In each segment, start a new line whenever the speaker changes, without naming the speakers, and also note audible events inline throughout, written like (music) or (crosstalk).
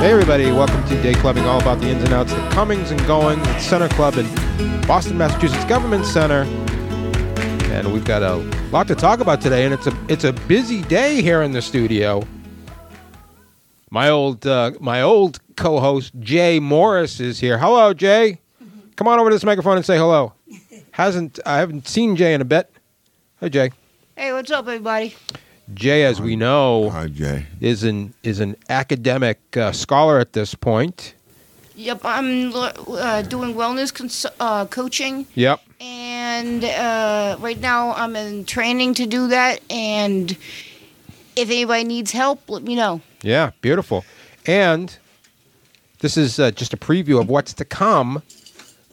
everybody. Welcome to Day Clubbing, all about the ins and outs, the comings and goings at Center Club in Boston, Massachusetts Government Center. And we've got a lot to talk about today, and it's a it's a busy day here in the studio. My old uh, my old co-host Jay Morris is here. Hello, Jay. Come on over to this microphone and say hello. Hasn't I haven't seen Jay in a bit. Hey, Jay.
Hey, what's up, everybody?
Jay, as we know,
Hi, Jay.
is an is an academic uh, scholar at this point.
Yep, I'm uh, doing wellness cons- uh, coaching,
Yep.
and uh, right now I'm in training to do that. And if anybody needs help, let me know.
Yeah, beautiful. And this is uh, just a preview of what's to come.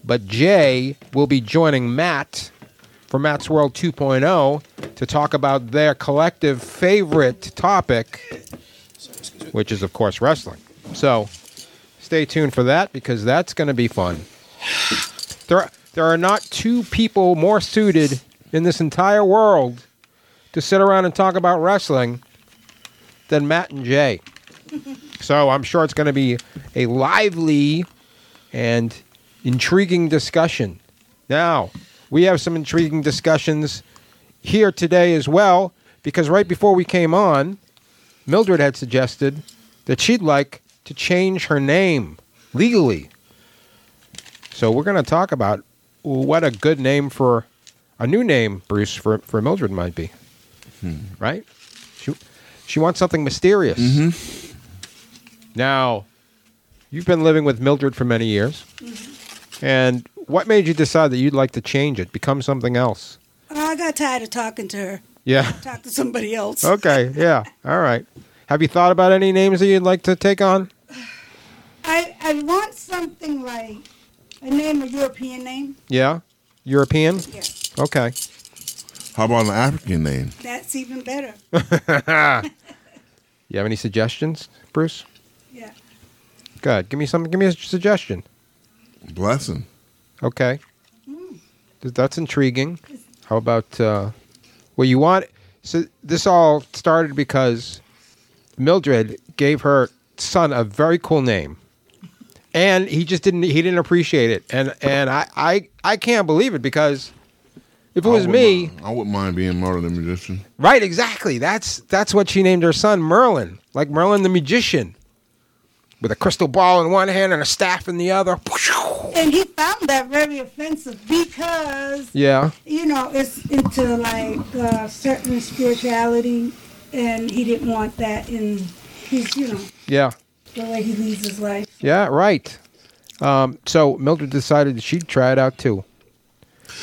But Jay will be joining Matt for Matt's World 2.0 to talk about their collective favorite topic, which is, of course, wrestling. So stay tuned for that because that's going to be fun. There are, there are not two people more suited in this entire world to sit around and talk about wrestling than Matt and Jay. so I'm sure it's going to be a lively and intriguing discussion. Now, we have some intriguing discussions here today as well, because right before we came on, Mildred had suggested that she'd like to change her name legally. So we're going to talk about what a good name for a new name, Bruce, for, for Mildred might be. Right? She, she wants something mysterious. Now, you've been living with Mildred for many years. And what made you decide that you'd like to change it, become something else?
I got tired of talking to her.
Yeah.
Talk to somebody else.
Okay. Yeah. All right. Have you thought about any names that you'd like to take on?
I, I want something like a name, a European name.
Yeah. European?
Yeah,
Okay.
How about an African name?
that's even better.
You have any suggestions, Bruce?
Yeah.
Good. Give me some. Give me a suggestion.
Blessing.
Okay. Th- That's intriguing. How about uh well you want so this all started because Mildred gave her son a very cool name. And he just didn't he didn't appreciate it. And and I I, I can't believe it because if it was
I wouldn't
me,
mind- I wouldn't mind being Murder the Magician.
right exactly. That's that's what she named her son Merlin, like Merlin the magician. With a crystal ball in one hand and a staff in the other.
And he found that very offensive because,
Yeah.
you know, it's into like uh, certain spirituality and he didn't want that in his, you know,
Yeah.
the way he leads his life.
Yeah, right. Um, so Mildred decided that she'd try it out too.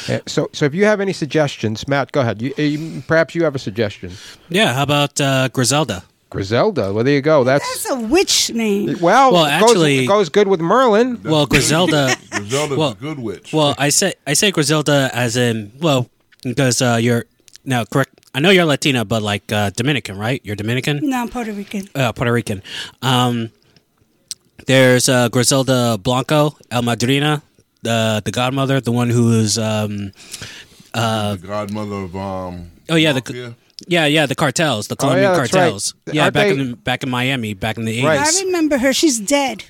Uh, So, so if you have any suggestions, Matt, go ahead. You, uh, you, perhaps you have a suggestion.
Yeah, how about uh, Griselda?
Griselda. Well, there you go. That's
That's a witch name.
well.
Well,
it goes-
actually-
it goes good with
(laughs)
Merlin. (laughs)
Well, Griselda.
Griselda's
Well-
a good witch.
well, I say I say Griselda as in well because uh, you're now correct. I know you're Latina, but like uh, Dominican, right? You're
Mm.
Dominican,
No, I'm Puerto Rican.
uh, Puerto Rican. Um, there's uh, Griselda Blanco, El Madrina, the the godmother, the one who is um,
the godmother of um.
uh, oh yeah the
mafia.
yeah yeah the cartels, the Colombian
Oh, yeah, that's right.
cartels. Yeah,
Aren't
back
they-
in back in Miami, back in the
Right.
eighties.
I remember her. She's dead.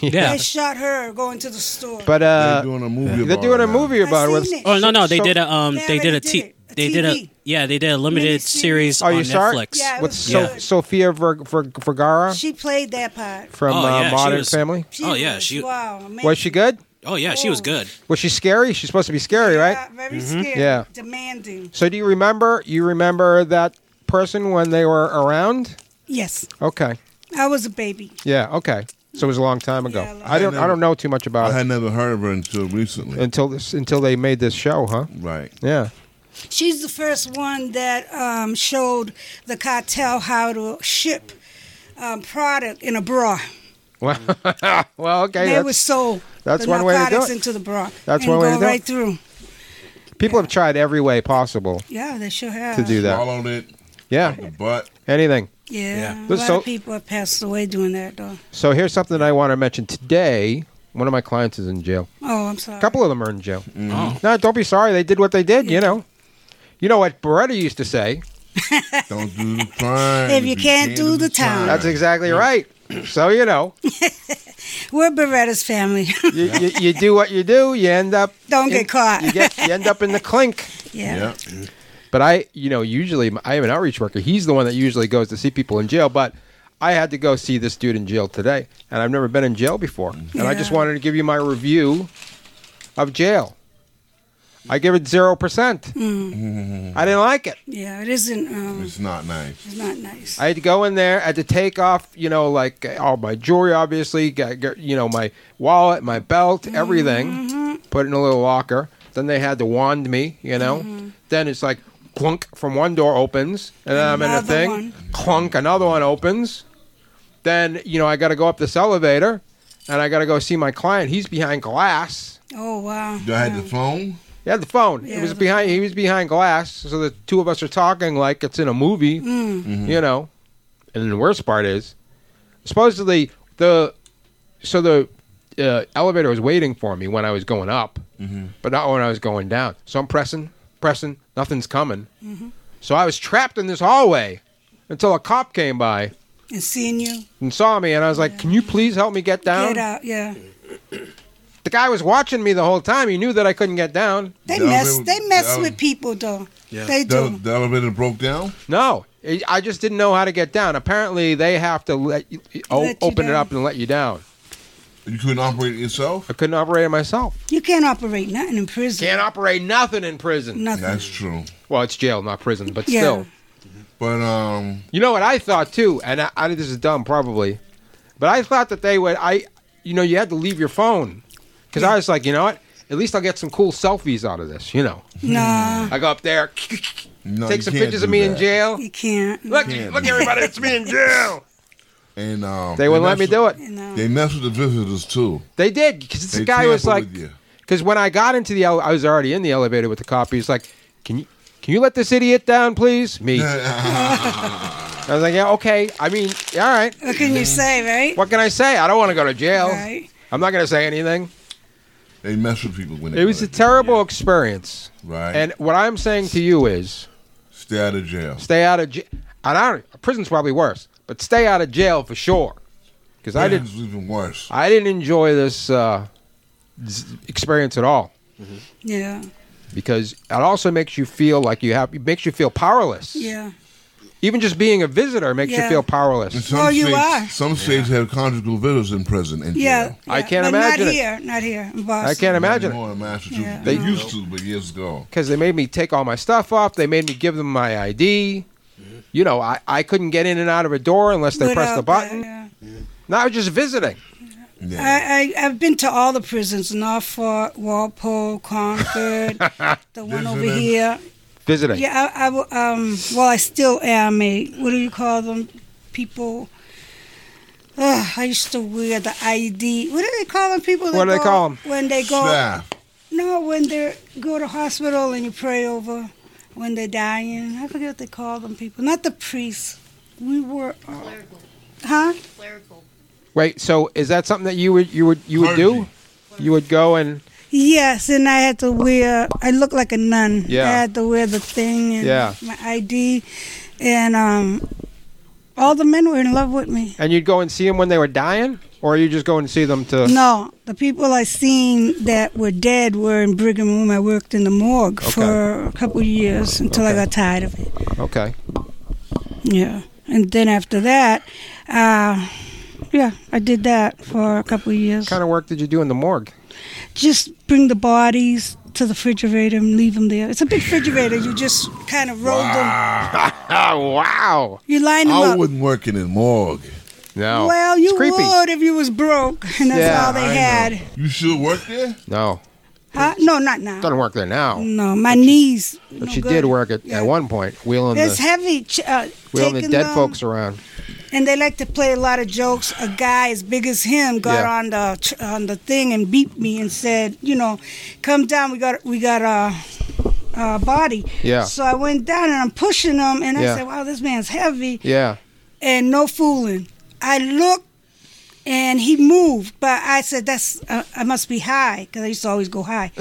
Yeah.
They shot her going to the store.
(laughs) But
They're
uh,
doing a movie.
they're
about
doing
it
a
now.
movie
I've
about it. with-
seen it.
Oh no no they
So-
did a um
They
they did a
already
t-
did it, a
they did a
TV.
yeah they did a limited
Miniseries.
series
Oh, you
on
saw it?
Netflix.
Yeah, it
with
was
so-
good.
Sophia Ver- Ver- Vergara
She played that part.
from
Oh,
uh,
yeah, she
Modern
was-
Family.
She
Oh, yeah,
was,
she-
wow, amazing.
Was she good?
Oh yeah, she was good.
Was she scary? She's supposed to be scary,
Yeah,
right? Mm-hmm.
very scary,
Yeah.
demanding.
So do you remember? You remember that person when they were around?
Yes,
Okay.
I was a baby.
Yeah. Okay. So it was a long time ago.
Yeah, a long
I don't. I don't know too much
I
about
had
it
never heard of her until recently.
until this. Until they made this show, huh?
right.
Yeah.
She's the first one that um, showed the cartel how to ship um, product in a bra.
Well. well. Okay.
They
that's-
would sold
that's
the
one way to do
narcotics
it.
into the bra.
That's
and
one way to
go
do it.
right through.
people have tried every way possible
Yeah, they sure have.
to do that.
Swallowed it.
Yeah.
The butt.
Anything.
Yeah,
Yeah.
a lot
So-
of people have passed away doing that though.
So here's something I want to mention today. One of my clients is in jail.
Oh, I'm sorry.
A couple of them are in jail.
Oh.
No, don't be sorry. They did what they did. You know. You know what Beretta used to say.
Don't do the crime.
If you can't do the time.
That's exactly right. So you know,
We're Beretta's family. (laughs)
You, you, you do what you do. You end up
Don't get caught.
You, get, you end up in the clink.
yeah.
Yeah.
But I, you know, usually I am an outreach worker. He's the one that usually goes to see people in jail. But I had to go see this dude in jail today, and I've never been in jail before. And I just
Yeah.
wanted to give you my review of jail. I give it zero percent. I didn't like it.
Yeah, it isn't. Um,
It's not nice.
it's not nice.
I had to go in there. I had to take off, you know, like all my jewelry, obviously, got, got, you know, my wallet, my belt, everything.
Mm-hmm.
Put it in a little locker. Then they had to wand me, you know.
Mm-hmm.
Then it's like clunk from one door opens, and then I'm in a
Another
thing.
one.
Clunk, another one opens. Then you know I got to go up this elevator, and I got to go see my client. He's behind glass.
oh wow.
Do I had
Yeah.
the phone?
He had the phone.
Yeah,
it was
the-
behind. He was behind glass, so the two of us are talking like it's in a movie, you know. And the worst part is, supposedly the so the uh, elevator was waiting for me when I was going up, but not when I was going down. So I'm pressing, pressing. Nothing's coming. So I was trapped in this hallway until a cop came by
And seeing you
and saw me, and I was like, "Can you please help me get down?"
get out. Yeah.
The guy was watching me the whole time. He knew that I couldn't get down.
They
That was-
mess. They mess
that was-
with people though.
Yeah.
They
The,
do.
the elevator broke down?
No, I I just didn't know how to get down. Apparently, they have to let you, o-
Let you
open it
down.
up and let you down.
You couldn't operate it yourself?
I couldn't operate it myself.
You can't operate nothing in prison.
Can't operate nothing in prison.
Nothing.
That's true.
Well, it's jail, not prison, but
Yeah.
still.
But um,
You know what I thought too, and I, I this is dumb probably, but I thought that they would. I, you know, you had to leave your phone because I was like, you know what? At least I'll get some cool selfies out of this. You know,
No,
I go up there, Oh, (laughs)
no,
take
you
some
can't
pictures
do
of me in
that.
jail.
you can't.
Look,
can't
look,
do
everybody, it's me in jail.
And um,
They wouldn't let me
mess
do
with-
it.
No.
They mess with the visitors too.
They did because
They
the guy was
tamper
like,
with you.
because when I got into the, ele- I was already in the elevator with the cop. He's like, "Can you, can you let this idiot down, please?" Me. I was like, "Yeah, okay. I mean, all right.
What can you say, right?
What can I say? I don't want to go to jail.
Right.
I'm not going to say anything."
They mess with people when they
It was
go
a
to
terrible experience.
jail. right.
And what I'm saying to you is,
stay out of jail.
stay out of jail. And I don't, prison's probably worse, but stay out of jail for sure. Because I didn't,
It's even worse.
I didn't enjoy this uh, z- experience at all.
Yeah,
because it also makes you feel like you have it makes you feel powerless.
yeah.
Even just being a visitor makes you
Yeah.
feel
And
powerless.
some
Oh, you
states,
are.
Some states have conjugal visitors in prison and
Yeah,
jail.
I
yeah.
can't
but
imagine
Not
it.
here, not here in Boston.
I can't
Not
imagine
anymore in Massachusetts.
Yeah.
They
No.
used to, but years ago.
because they made me take all my stuff off. They made me give them my ID. You know, I, I couldn't get in and out of a door unless they pressed the
Without
button.
that, yeah.
No, I was just visiting.
Uh,
Yeah.
I, I I've been to all the prisons: Norfolk, Walpole,
(laughs)
Concord, the one over
Visiting.
here.
Visiting.
Yeah, I, I w- um. Well, I still am a. What do you call them? People. Ugh, I used to wear the ID. What do they call them? People. that
What do they
go-
call 'em?
When they go.
Staff.
No, when they go to hospital and you pray over when they're dying. I forget what they call them people. Not the priests. We were, uh,
Clerical.
huh?
Clerical.
Wait, so is that something that you would you would you would do?
Clergy.
You would go and
Yes, and I had to wear. I looked like a nun.
Yeah.
I had to wear the thing and
Yeah.
my ID, and um, all the men were in love with me.
and you'd go and see them when they were dying, or you just go and see them to
No, the people I seen that were dead were in Brigham Room. I worked in the morgue for a couple of years until I got tired of it.
okay.
Yeah. And then after that, uh, yeah, I did that for a couple of years.
What kind of work did you do in the morgue?
Just bring the bodies to the refrigerator and leave them there. It's a big refrigerator. You just kind of roll them.
Oh wow!
You line them
I
up.
wouldn't work in a morgue.
No,
Well,
It's
you
creepy.
would if you was broke, (laughs) and that's
Yeah,
all they
I
had.
know. You still work there?
No,
Huh? No, not now.
doesn't work there now.
No, my knees.
But she did work at, at one point, wheeling
It's
the,
heavy. Ch- uh,
wheeling the
taking
dead
them-
folks around.
and they like to play a lot of jokes. A guy as big as him got
Yeah.
on the on the thing and beat me and said, you know, come down. We got we got a. Uh, body.
Yeah.
So I went down and I'm pushing him, and
Yeah.
I said, "Wow, this man's heavy."
Yeah,
And no fooling, I looked, and he moved, but I said, "That's uh, I must be high," because I used to always
(laughs)
go high.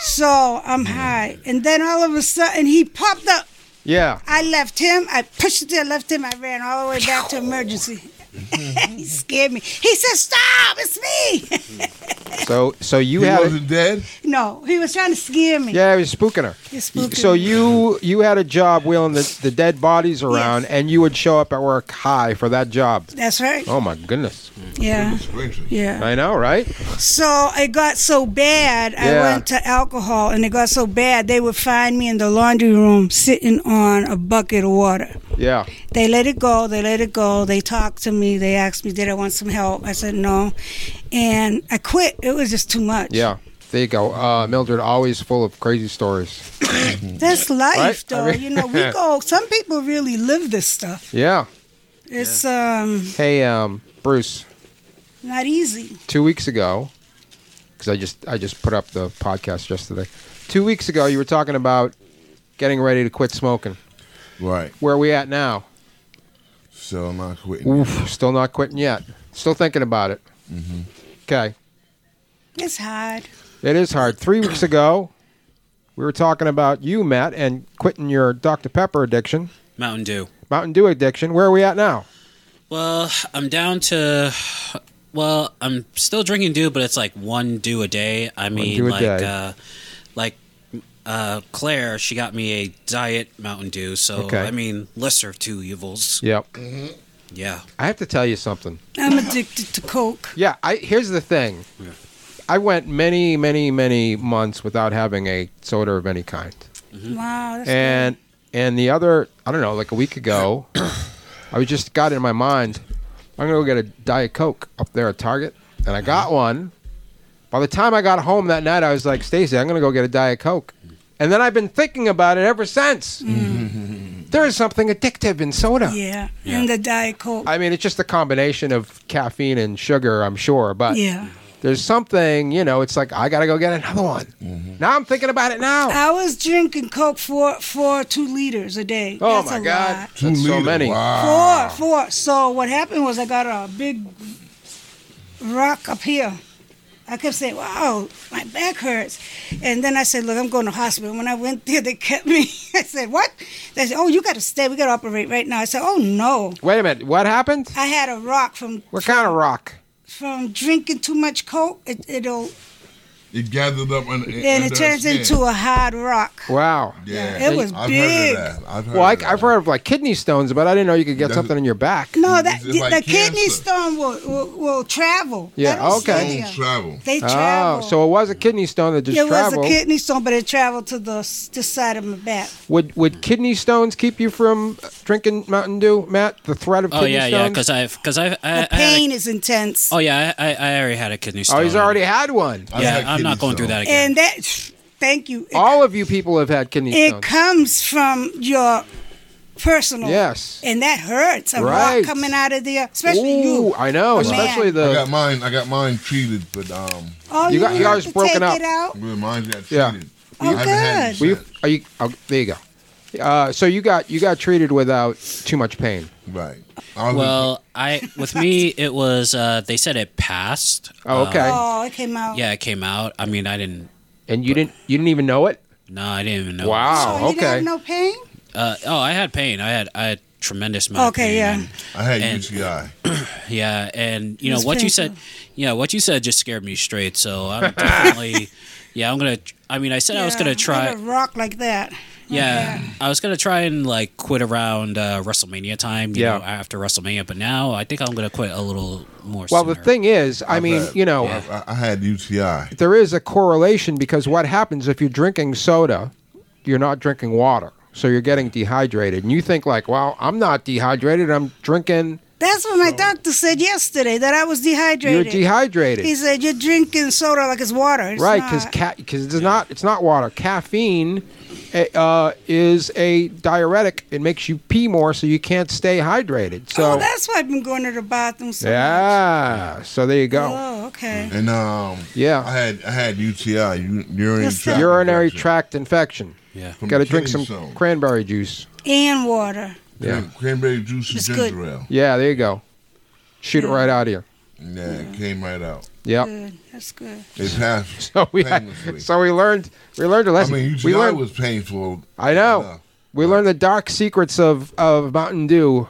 so I'm high, and then all of a sudden he popped up.
yeah.
I left him. I pushed it. I left him. I ran all the way back to emergency. (laughs) he scared me. He said, "Stop! It's me." (laughs)
So so you
(laughs) he
had
wasn't dead.
no, he was trying to scare me.
yeah, he was spooking her.
He spooked
So
me.
you you had a job wheeling the, the dead bodies around,
Yes.
and you would show up at work high for that job.
That's right.
Oh my goodness!
Yeah.
It's crazy.
Yeah.
I know, right?
So it got so bad, I
Yeah.
went to alcohol, and it got so bad, they would find me in the laundry room sitting on a bucket of water.
Yeah,
They let it go, they let it go. They talked to me, they asked me, Did I want some help? I said, No. And I quit. It was just too much.
yeah. There you go. Uh, Mildred always full of crazy stories.
That's life,
Right? I
though.
mean- (laughs)
you know, we go, some people really live this stuff.
Yeah.
It's um,
Hey, um, Bruce.
not easy.
two weeks ago because I just I just put up the podcast yesterday. Two weeks ago, you were talking about getting ready to quit smoking.
Right.
Where are we at now?
So I'm not quitting.
Oof, still not quitting yet. Still thinking about it. Okay,
It's hard.
it is hard. Three weeks ago, we were talking about you, Matt, and quitting your Dr Pepper addiction,
Mountain Dew.
Mountain Dew addiction. Where are we at now?
Well, I'm down to. Well, I'm still drinking dew, but it's like one dew a day. I mean,
dew a
like,
day.
uh, like uh, Claire, she got me a diet Mountain Dew. So
Okay.
I mean, lesser of two evils.
Yep.
Yeah.
I have to tell you something.
I'm addicted to Coke.
Yeah, I here's the thing. I went many, many, many months without having a soda of any kind.
Wow.
Mm-hmm.
That's
and and the other I don't know, like a week ago, I was just got in my mind, I'm gonna go get a diet coke up there at Target, and I got one. By the time I got home that night, I was like, Stacy, I'm gonna go get a diet coke, and then I've been thinking about it ever since. there is something addictive in soda.
Mm-hmm. Yeah. And the Diet Coke.
I mean, it's just a combination of caffeine and sugar, I'm sure, but
yeah.
there's something, you know, it's like I gotta go get another one.
Mm-hmm.
Now I'm thinking about it now.
I was drinking Coke for for two liters a day.
oh
That's
my
a
god,
lot.
That's
Two
so
liters.
many.
Wow.
Four, four. So what happened was I got a big rock up here. I kept saying, "Wow, my back hurts," and then I said, "Look, I'm going to hospital." When I went there, they (laughs) kept me. I said, "What?" They said, "Oh, you got to stay. We got to operate right now." I said, "Oh no,
Wait a minute, what happened?
I had a rock from
What kind of rock?
from drinking too much Coke. It, it'll
It gathered up under.
and it turns into a hard rock."
Wow.
Yeah.
It was
I've
big.
Heard of that. I've heard
Well, I,
of that.
I've heard of like kidney stones, but I didn't know you could get
Does it-
something in your back.
No,
Is
that
it
the,
like
the kidney
cancer?
stone will, will, will travel.
Yeah,
That'll stay
okay.
there.
Don't travel.
They
Oh,
travel.
so it was a kidney stone that just
it
traveled.
was a kidney stone, but it traveled to the s- the side of my back.
Would would kidney stones keep you from drinking Mountain Dew, Matt? The threat of
Oh
kidney
yeah,
stones.
yeah. Because I've because I've
The
I, I had a-
pain is intense,
oh yeah, I, I, I already had a kidney stone.
oh, he's already had one.
I've
yeah,
had
I'm not
kidney
going through that
stones.
again.
and that thank you. It,
All of you people have had kidney
it
stones.
comes from your personal.
Yes.
and that hurts. A
Right.
rock coming out of there, especially
Ooh,
you.
I know,
a
especially
man.
I got
the.
mine. I got mine treated, but um,
Oh,
You
you,
got-
got,
yours
to
broken
take
up.
it out.
mine got treated.
Yeah.
I haven't had it
Oh, good.
Were you,
since.
are you? Oh, there you go. Uh, so you got you got treated without too much pain.
Right. I was-
well, I
(laughs)
with me it was uh, they said it passed. Um,
Oh, okay.
Oh, it came out.
Yeah, it came out. I mean, I didn't.
and you didn't you didn't even know it.
No, I didn't even know.
Wow.
So you didn't
Oh, okay.
have no pain.
Uh, oh, I had pain. I had I had tremendous amount. of
Okay,
pain.
yeah.
And-
I had
and-
UTI.
Yeah, and you know
was
what you said.
painful.
Yeah, what you said just scared me straight. So I'm
(laughs)
definitely. yeah, I'm gonna. I mean, I said I was gonna
Yeah,
try.
with a rock like that.
yeah, I was gonna try and like quit around uh, WrestleMania time. You
Yeah.
know, after Wrestlemania, but now I think I'm gonna quit a little more.
Well, the
sooner.
thing is, I mean,
had-
you know,
I, I had UTI.
there is a correlation because what happens if you're drinking soda, you're not drinking water. So you're getting dehydrated. And you think like, well, I'm not dehydrated. I'm drinking.
That's what my doctor said yesterday that I was dehydrated.
You're dehydrated.
He said you're drinking soda like it's water. It's
right, because
not.
because it's not it's not water. Caffeine eh, uh, is a diuretic. It makes you pee more, so you can't stay hydrated. So
oh, that's why I've been going to the bathroom so much.
yeah, so there you go.
Oh, okay.
And um,
Yeah.
I had I had UTI, u- urinary
Yes, sir.
tract
Urinary
infection.
tract infection.
Yeah.
From
Got to drink some
kidney stone.
cranberry juice.
And water.
Yeah.
Cran- Cranberry juice and
It's good.
ginger ale.
Yeah, there you go. Shoot it right out of you.
Yeah, it came right out.
Yep.
Good. That's good.
It
(laughs)
passed.
So we
painlessly.
so we learned we learned a
I
lesson.
mean, UTI
we learned
was painful.
I know.
enough. (laughs)
we learned the dark secrets of of Mountain Dew.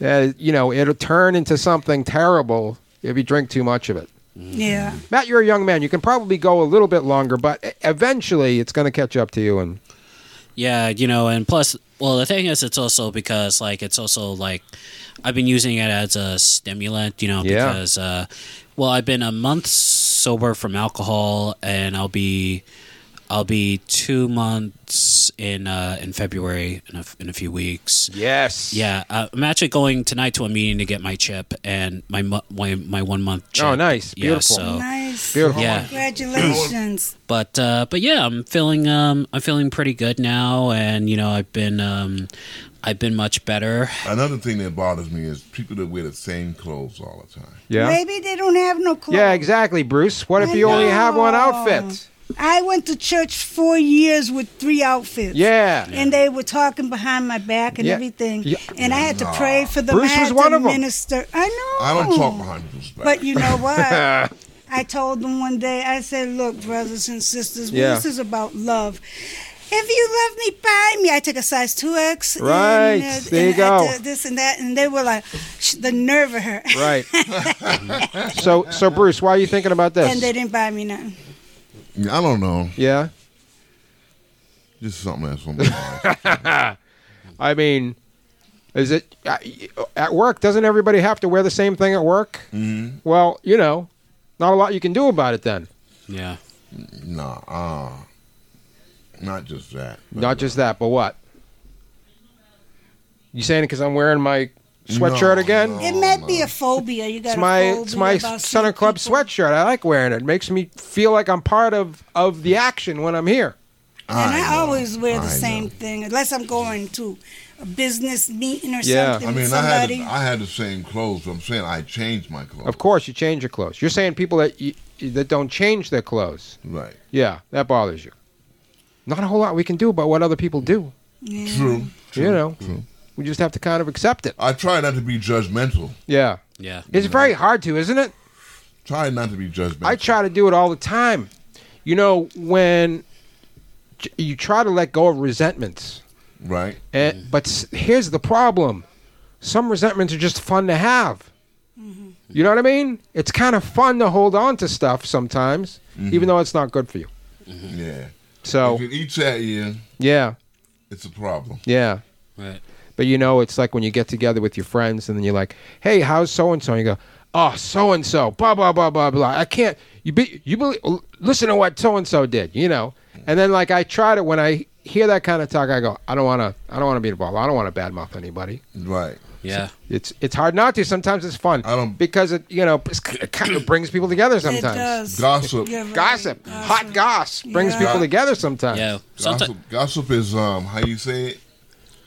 uh, you know, it'll turn into something terrible if you drink too much of it.
Yeah.
Matt, you're a young man. You can probably go a little bit longer, but e- eventually it's going to catch up to you. And
Yeah, you know, and plus, well, the thing is, it's also because like it's also like I've been using it as a stimulant, you know,
Yeah.
because uh, well, I've been a month sober from alcohol, and I'll be I'll be two months in uh, in February in a, in a few weeks.
yes,
Yeah, uh, I'm actually going tonight to a meeting to get my chip and my mo- my, my one month chip.
Oh, nice.
Yeah,
Beautiful.
so-
Nice.
beautiful.
yeah,
Congratulations.
but uh, but yeah, I'm feeling um, I'm feeling pretty good now, and you know I've been um, I've been much better.
uh, Another thing that bothers me is people that wear the same clothes all the time.
Yeah,
Maybe they don't have no clothes.
yeah, exactly, Bruce. What if
I
you only have one
know.
outfit?
I went to church four years with three outfits.
Yeah,
And they were talking behind my back and
Yeah.
everything.
Yeah.
And I had to pray for them.
Bruce
I
was
had
one
to
of 'em.
Minister. I know.
I don't
Oh.
talk behind people's back.
But you know
(laughs)
what? I told them one day, I said, Look, brothers and sisters,
Yeah.
this is about love. If you love me, buy me. I took a size 2X.
Right.
And,
There you
and I
go.
did this and that. And they were like, "Sh- The nerve of her. (laughs)
right. (laughs) so, so Bruce, why are you thinking about this?
And they didn't buy me none.
I don't know.
yeah,
Just something else on my mind.
I mean, is it uh, at work? Doesn't everybody have to wear the same thing at work? Mm-hmm. Well, you know, not a lot you can do about it then.
Yeah,
nah, uh, not just that. but-
Not just that, but what? You saying it because I'm wearing my sweatshirt
No,
again?
no.
It might be a phobia. You
Oh, It's
got a
my
phobia
it's my
about
Southern
seeing
Club
people.
sweatshirt. I like wearing it. It makes me feel like I'm part of of the action when I'm here.
And I,
know,
always wear the
I
same
know.
thing, unless I'm going to a business meeting or
Yeah.
something.
I
with
mean, I had,
somebody.
the, I had the same clothes, but I'm saying I changed my clothes.
Of course, you change your clothes. You're saying people that you, that don't change their clothes.
Right.
Yeah, that bothers you. Not a whole lot we can do about what other people do.
Yeah.
True.
you know,
true.
we just have to kind of accept it.
I try not to be judgmental.
Yeah,
yeah,
it's very hard to, isn't it?
Try not to be judgmental.
I try to do it all the time. You know, when j- you try to let go of resentments,
Right.
and, but s- here's the problem: some resentments are just fun to have.
Mm-hmm.
You know what I mean? It's kind of fun to hold on to stuff sometimes, even though it's not good for you.
Yeah.
So
Mm-hmm. If it eats at you,
yeah,
it's a problem.
yeah.
right.
But you know, it's like when you get together with your friends and then you're like, "Hey, how's so and so?" You go, "Oh, so and so, blah blah blah blah blah." I can't. You be you believe, l- listen to what so and so did, you know. And then like I tried it when I hear that kind of talk, I go, "I don't want to. I don't want to be involved. I don't want to badmouth anybody."
Right.
Yeah,
It's it's hard not to. Sometimes it's fun
I don't-
because it you know it's, it kind of brings people together
It
sometimes.
does.
Gossip.
You're right.
Gossip, hot goss brings
Yeah.
people together sometimes.
yeah. Sometimes,
Gossip, gossip is um how you say it,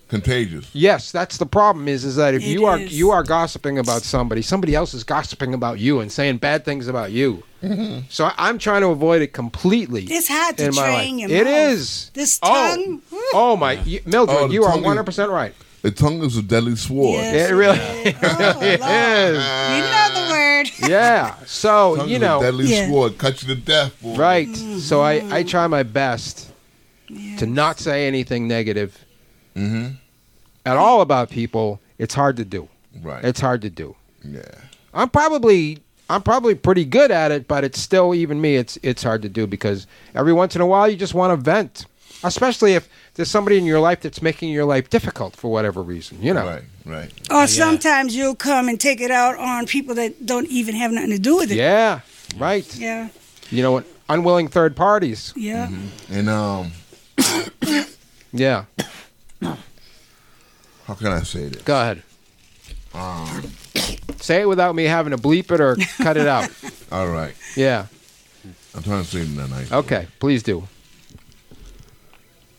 contagious.
Yes, that's the problem. Is is that if
It
you are
is.
you are gossiping about somebody, somebody else is gossiping about you and saying bad things about you.
Mm-hmm.
So I, I'm trying to avoid it completely.
It's hard to
in my
train
life.
your
It
mouth.
is.
This
Oh.
tongue. woo.
Oh
(laughs)
my, you, Mildred,
Oh, the
you are
tongue is-
100 percent right.
The tongue is a deadly sword.
Hmm. Yes,
It really (laughs)
Oh, Lord.
is.
You know the word.
Yeah. So
(laughs) Tongue
you
is a
know,
deadly
Yeah.
sword. Cut you to death, boy.
right?
Mm-hmm.
So I I try my best to not say anything negative
Mm-hmm.
at all about people. It's hard to do.
Right.
It's hard to do.
yeah.
I'm probably I'm probably pretty good at it, but it's still even me. It's it's hard to do because every once in a while you just want to vent, especially if there's somebody in your life that's making your life difficult for whatever reason. You know,
Right. Right.
Or sometimes you'll come and take it out on people that don't even have nothing to do with it.
yeah, right.
Yeah.
You know, unwilling third parties.
Yeah.
Mm-hmm.
And um,
Yeah,
how can I say this?
go ahead. Say it without me having to bleep it or cut it out.
All right.
Yeah.
I'm trying to say it in a nice. way.
Okay. Please do.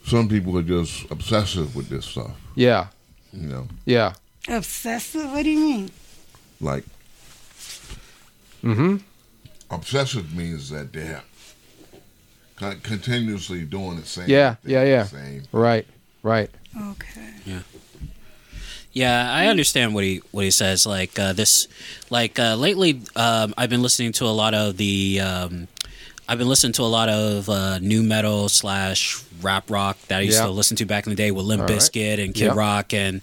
Some people are just obsessive with this stuff.
Yeah.
You know,
Yeah.
Obsessive. What do you mean?
like
Mm-hmm.
obsessive means that they're con- continuously doing the same.
Yeah,
thing,
yeah, yeah.
Same.
Right. Right.
Okay.
yeah. I understand what he what he says. Like uh, this, like uh, lately, um, I've been listening to a lot of the. Um, I've been listening to a lot of uh, new metal slash rap rock that I used
Yeah.
to listen to back in the day with Limp
right.
Bizkit and Kid
Yeah.
Rock, and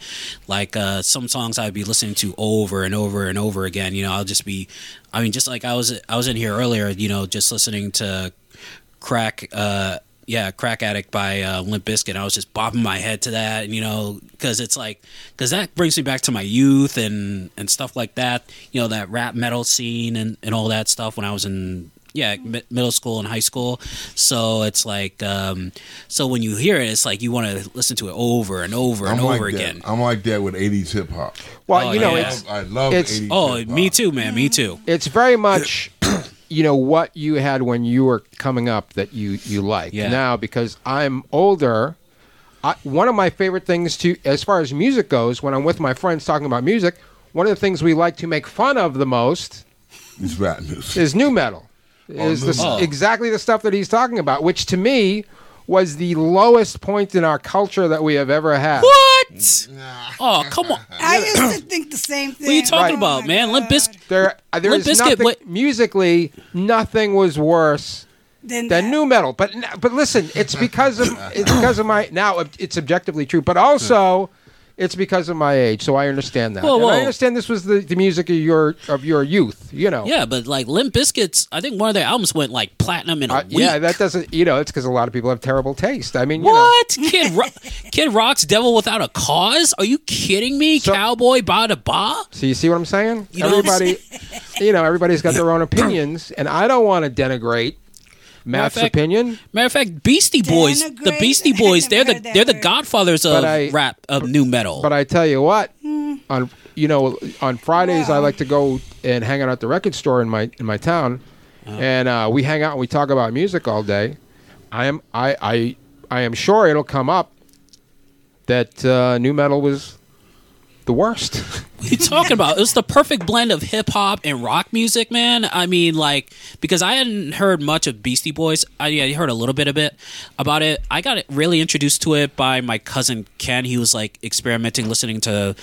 like uh, some songs I'd be listening to over and over and over again. You know, I'll just be, I mean, just like I was, I was in here earlier. You know, just listening to crack. Uh, yeah, crack addict by uh, Limp Bizkit. I was just bobbing my head to that, and you know, because it's like, because that brings me back to my youth and and stuff like that. You know, that rap metal scene and and all that stuff when I was in yeah mi- middle school and high school. So it's like, um so when you hear it, it's like you want to listen to it over and over and
I'm like
over
that.
again.
I'm like that with 80s hip hop.
Well,
Oh,
you know,
yeah.
it's
I love
It's-
80s
Oh,
hip hop.
me too, man. Me too.
it's very
(clears throat)
much you know what you had when you were coming up that you you like
Yeah.
now because i'm older I, one of my favorite things to as far as music goes when i'm with my friends talking about music one of the things we like to make fun of the most
It's rap music.
is new metal is
new
this
Oh, metal.
exactly the stuff that he's talking about which to me was the lowest point in our culture that we have ever had
What? Oh, come on.
I used to think the same thing.
What are you talking
Oh
about,
my
man? Limp
God.
Bizkit.
there uh, there
Limp
is
Bizkit,
nothing
what-
musically nothing was worse
Then
the
that-
new metal. But n- but listen, it's because
(coughs)
of it's because of my now ob- it's objectively true, but also it's because of my age. So I understand that.
Whoa,
And I
whoa.
understand this was the, the music of your of your youth. You know.
Yeah, but like Limp Bizkit's, I think one of their albums went like platinum in a
Uh,
week.
yeah, that doesn't. You know, it's because a lot of people have terrible taste. I mean, you know.
What Kid Ro- (laughs) Kid Rock's "Devil Without a Cause"? Are you kidding me?
So-
Cowboy ba da ba.
So you see what I'm saying?
You know-
Everybody, you know, everybody's got
(coughs)
their own opinions, and I don't want to denigrate Matt's
fact-
opinion.
Matter of fact, Beastie Boys, the
Denigrate. (laughs)
Beastie Boys, they're
Never
the
heard that
they're the
word.
godfathers of
I-
rap of new metal.
But I tell you what, on you know on Fridays I like to go and hang out at the record store in my in my town, and uh, we hang out and we talk about music all day. I am I I, I am sure it'll come up that uh, new metal was the worst. (laughs)
What are you talking about? It was the perfect blend of hip hop and rock music, man. I mean, like because I hadn't heard much of Beastie Boys. I, yeah, I heard a little bit of it about it. I got really introduced to it by my cousin Ken. He was like experimenting, listening to.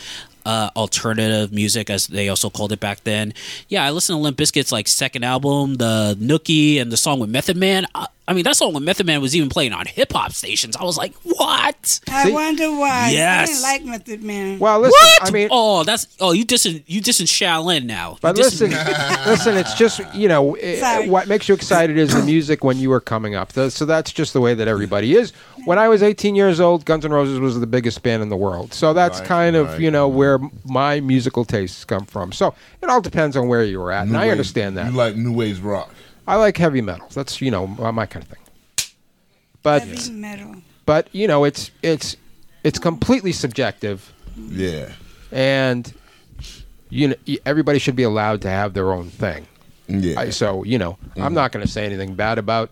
Uh, alternative music, as they also called it back then. Yeah, I listened to Limp Bizkit's like second album, the Nookie, and the song with Method Man. I, I mean, that song with Method Man was even playing on hip hop stations. I was like, what?
I
See?
wonder why. I
Yes.
didn't like Method Man.
well, listen,
What?
I mean,
oh, that's oh, you dissing you dissing Shaolin now. You
But
dissing-
listen,
(laughs)
listen. It's just you know eh,
Sorry.
what makes you excited is the music when you were coming up. Th- So that's just the way that everybody is. When I was 18 years old, Guns N' Roses was the biggest band in the world. So that's
Right,
kind of
right.
you know where m- my musical tastes come from. So it all depends on where you were at, and
New
I
wave-
understand that.
You like new waves rock.
I like heavy metal. That's you know my, my kind of thing. But
Heavy metal.
but you know it's it's it's completely subjective
Yeah.
and you know y- everybody should be allowed to have their own thing.
Yeah. Mm-hmm.
I, so you know, I'm not going to say anything bad about.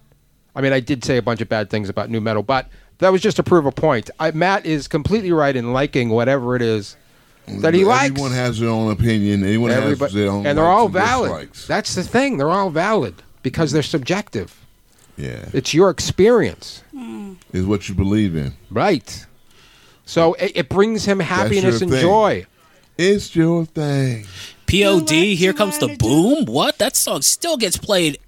I mean, I did say a bunch of bad things about new metal, but that was just to prove a point. I, Matt is completely right in liking whatever it is that he likes.
Everyone has their own opinion. Anyone has
Everybody-
their own
and they're all
likes and
valid.
dislikes.
That's the thing; they're all valid because they're subjective.
yeah.
It's your experience,
It's what you believe in.
right? So it, it brings him happiness
your
and
thing.
joy.
It's your thing.
POD,
Do what
here
you
comes the
wanna do.
boom. What? That song still gets played.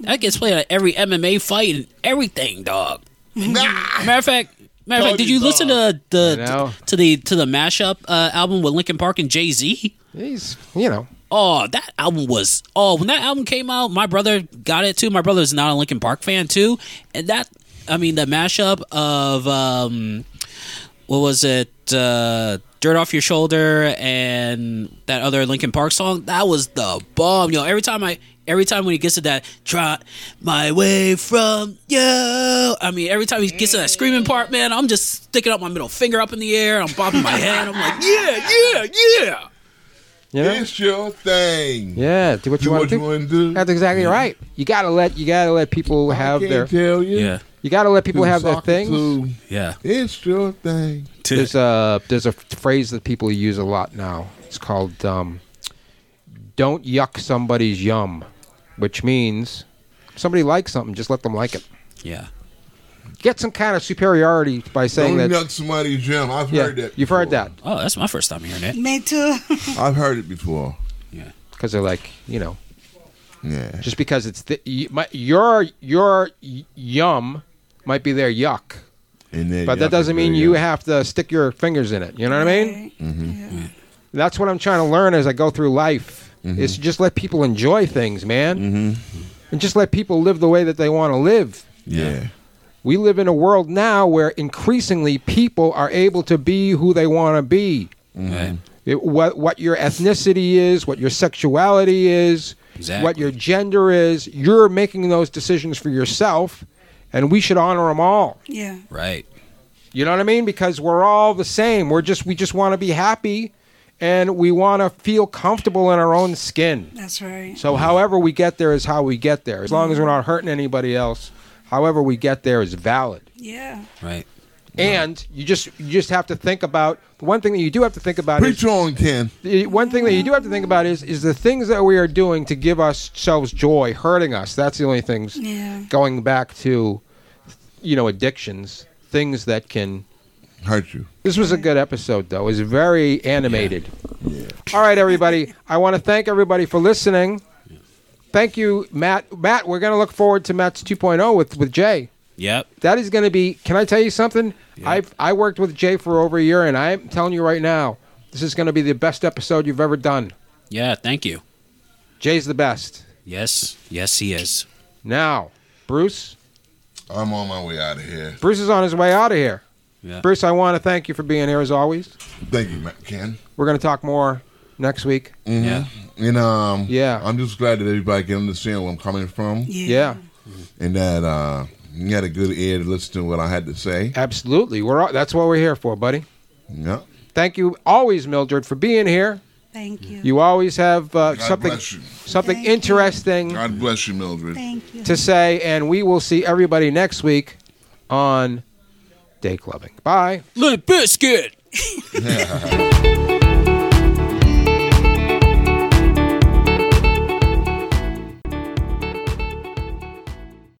That gets played at every MMA fight and everything,
(laughs)
dog. Matter of fact, matter of fact, did you listen to
I know.
the to the to the mashup uh, album with Linkin Park and Jay Z?
He's, you know,
Oh, that album was. Oh, when that album came out, my brother got it too. My brother's not a Linkin Park fan too, and that. I mean, the mashup of um, what was it? Uh, Dirt off your shoulder and that other Linkin Park song. That was the bomb, yo. Every time I, every time when he gets to that trot my way from you. I mean, every time he gets to that screaming part, man, I'm just sticking up my middle finger up in the air. I'm bobbing my head. I'm like, yeah, yeah, yeah.
you know,
It's your thing.
yeah. Do what
Do
you want
what
to
you
do.
want to do.
That's exactly right. You gotta let you gotta let people have
I can't
their
tell you.
you gotta let people
who
have their
talking
things.
to.
yeah.
It's your thing.
There's a there's a phrase that people use a lot now. It's called um, "Don't yuck somebody's yum," which means somebody likes something, just let them like it.
Yeah.
Get some kind of superiority by saying
Don't
that.
knock somebody's gym. I've
yeah,
heard that.
you've heard
before.
that
Oh, that's
(laughs)
my first time hearing it.
Me too.
I've heard it before.
Yeah.
because they're like, you know,
Yeah.
Just because it's the, you, my, your your y- yum might be their yuck,
And then,
but that doesn't mean you have to stick your fingers in it. You know what I mean? That's what I'm trying to learn as I go through life is to just let people enjoy things, man, mm-hmm. and just let people live the way that they want to live.
Yeah.
We live in a world now where increasingly people are able to be who they want to be.
Right.
It- what what your ethnicity is, what your sexuality is, what
Exactly.
your gender is. You're making those decisions for yourself, and we should honor them all.
Yeah.
Right.
You know what I mean? Because we're all the same. We're just we just want to be happy, and we want to feel comfortable in our own skin.
That's right.
So, however we get there is how we get there. As long as we're not hurting anybody else, however we get there is valid.
Yeah.
Right.
And you just you just have to think about the one thing that you do have to think about is
Preach on, Ken.
the one thing that you do have to think about is is the things that we are doing to give ourselves joy hurting us. That's the only things.
Yeah.
Going back to, you know, addictions, things that can.
Hurt you.
This was a good episode, though. It was very animated.
Yeah.
All right, everybody. I want to thank everybody for listening. Thank you, Matt. Matt, we're going to look forward to Matt's 2.0 with with Jay.
Yep.
That is going to be. Can I tell you something? I've I worked with Jay for over a year, and I'm telling you right now, this is going to be the best episode you've ever done.
Yeah. Thank you.
Jay's the best.
Yes. Yes, he is.
Now, Bruce.
I'm on my way out of here.
Bruce is on his way out of here.
Yeah.
Bruce, I want to thank you for being here as always.
Thank you, Ma- Ken.
We're going to talk more next week.
Yeah.
And um,
Yeah.
I'm just glad that everybody can understand where I'm coming from,
Yeah.
Yeah,
and that uh, you had a good ear to listen to what I had to say.
absolutely. We're all, that's what we're here for, buddy.
Yeah.
Thank you always, Mildred, for being here.
Thank you.
You always have uh,
God
something
bless you.
something
Thank you.
interesting
God bless you, Mildred.
Thank you.
to say, and we will see everybody next week on Day Clubbing. Bye.
Limp Biscuit.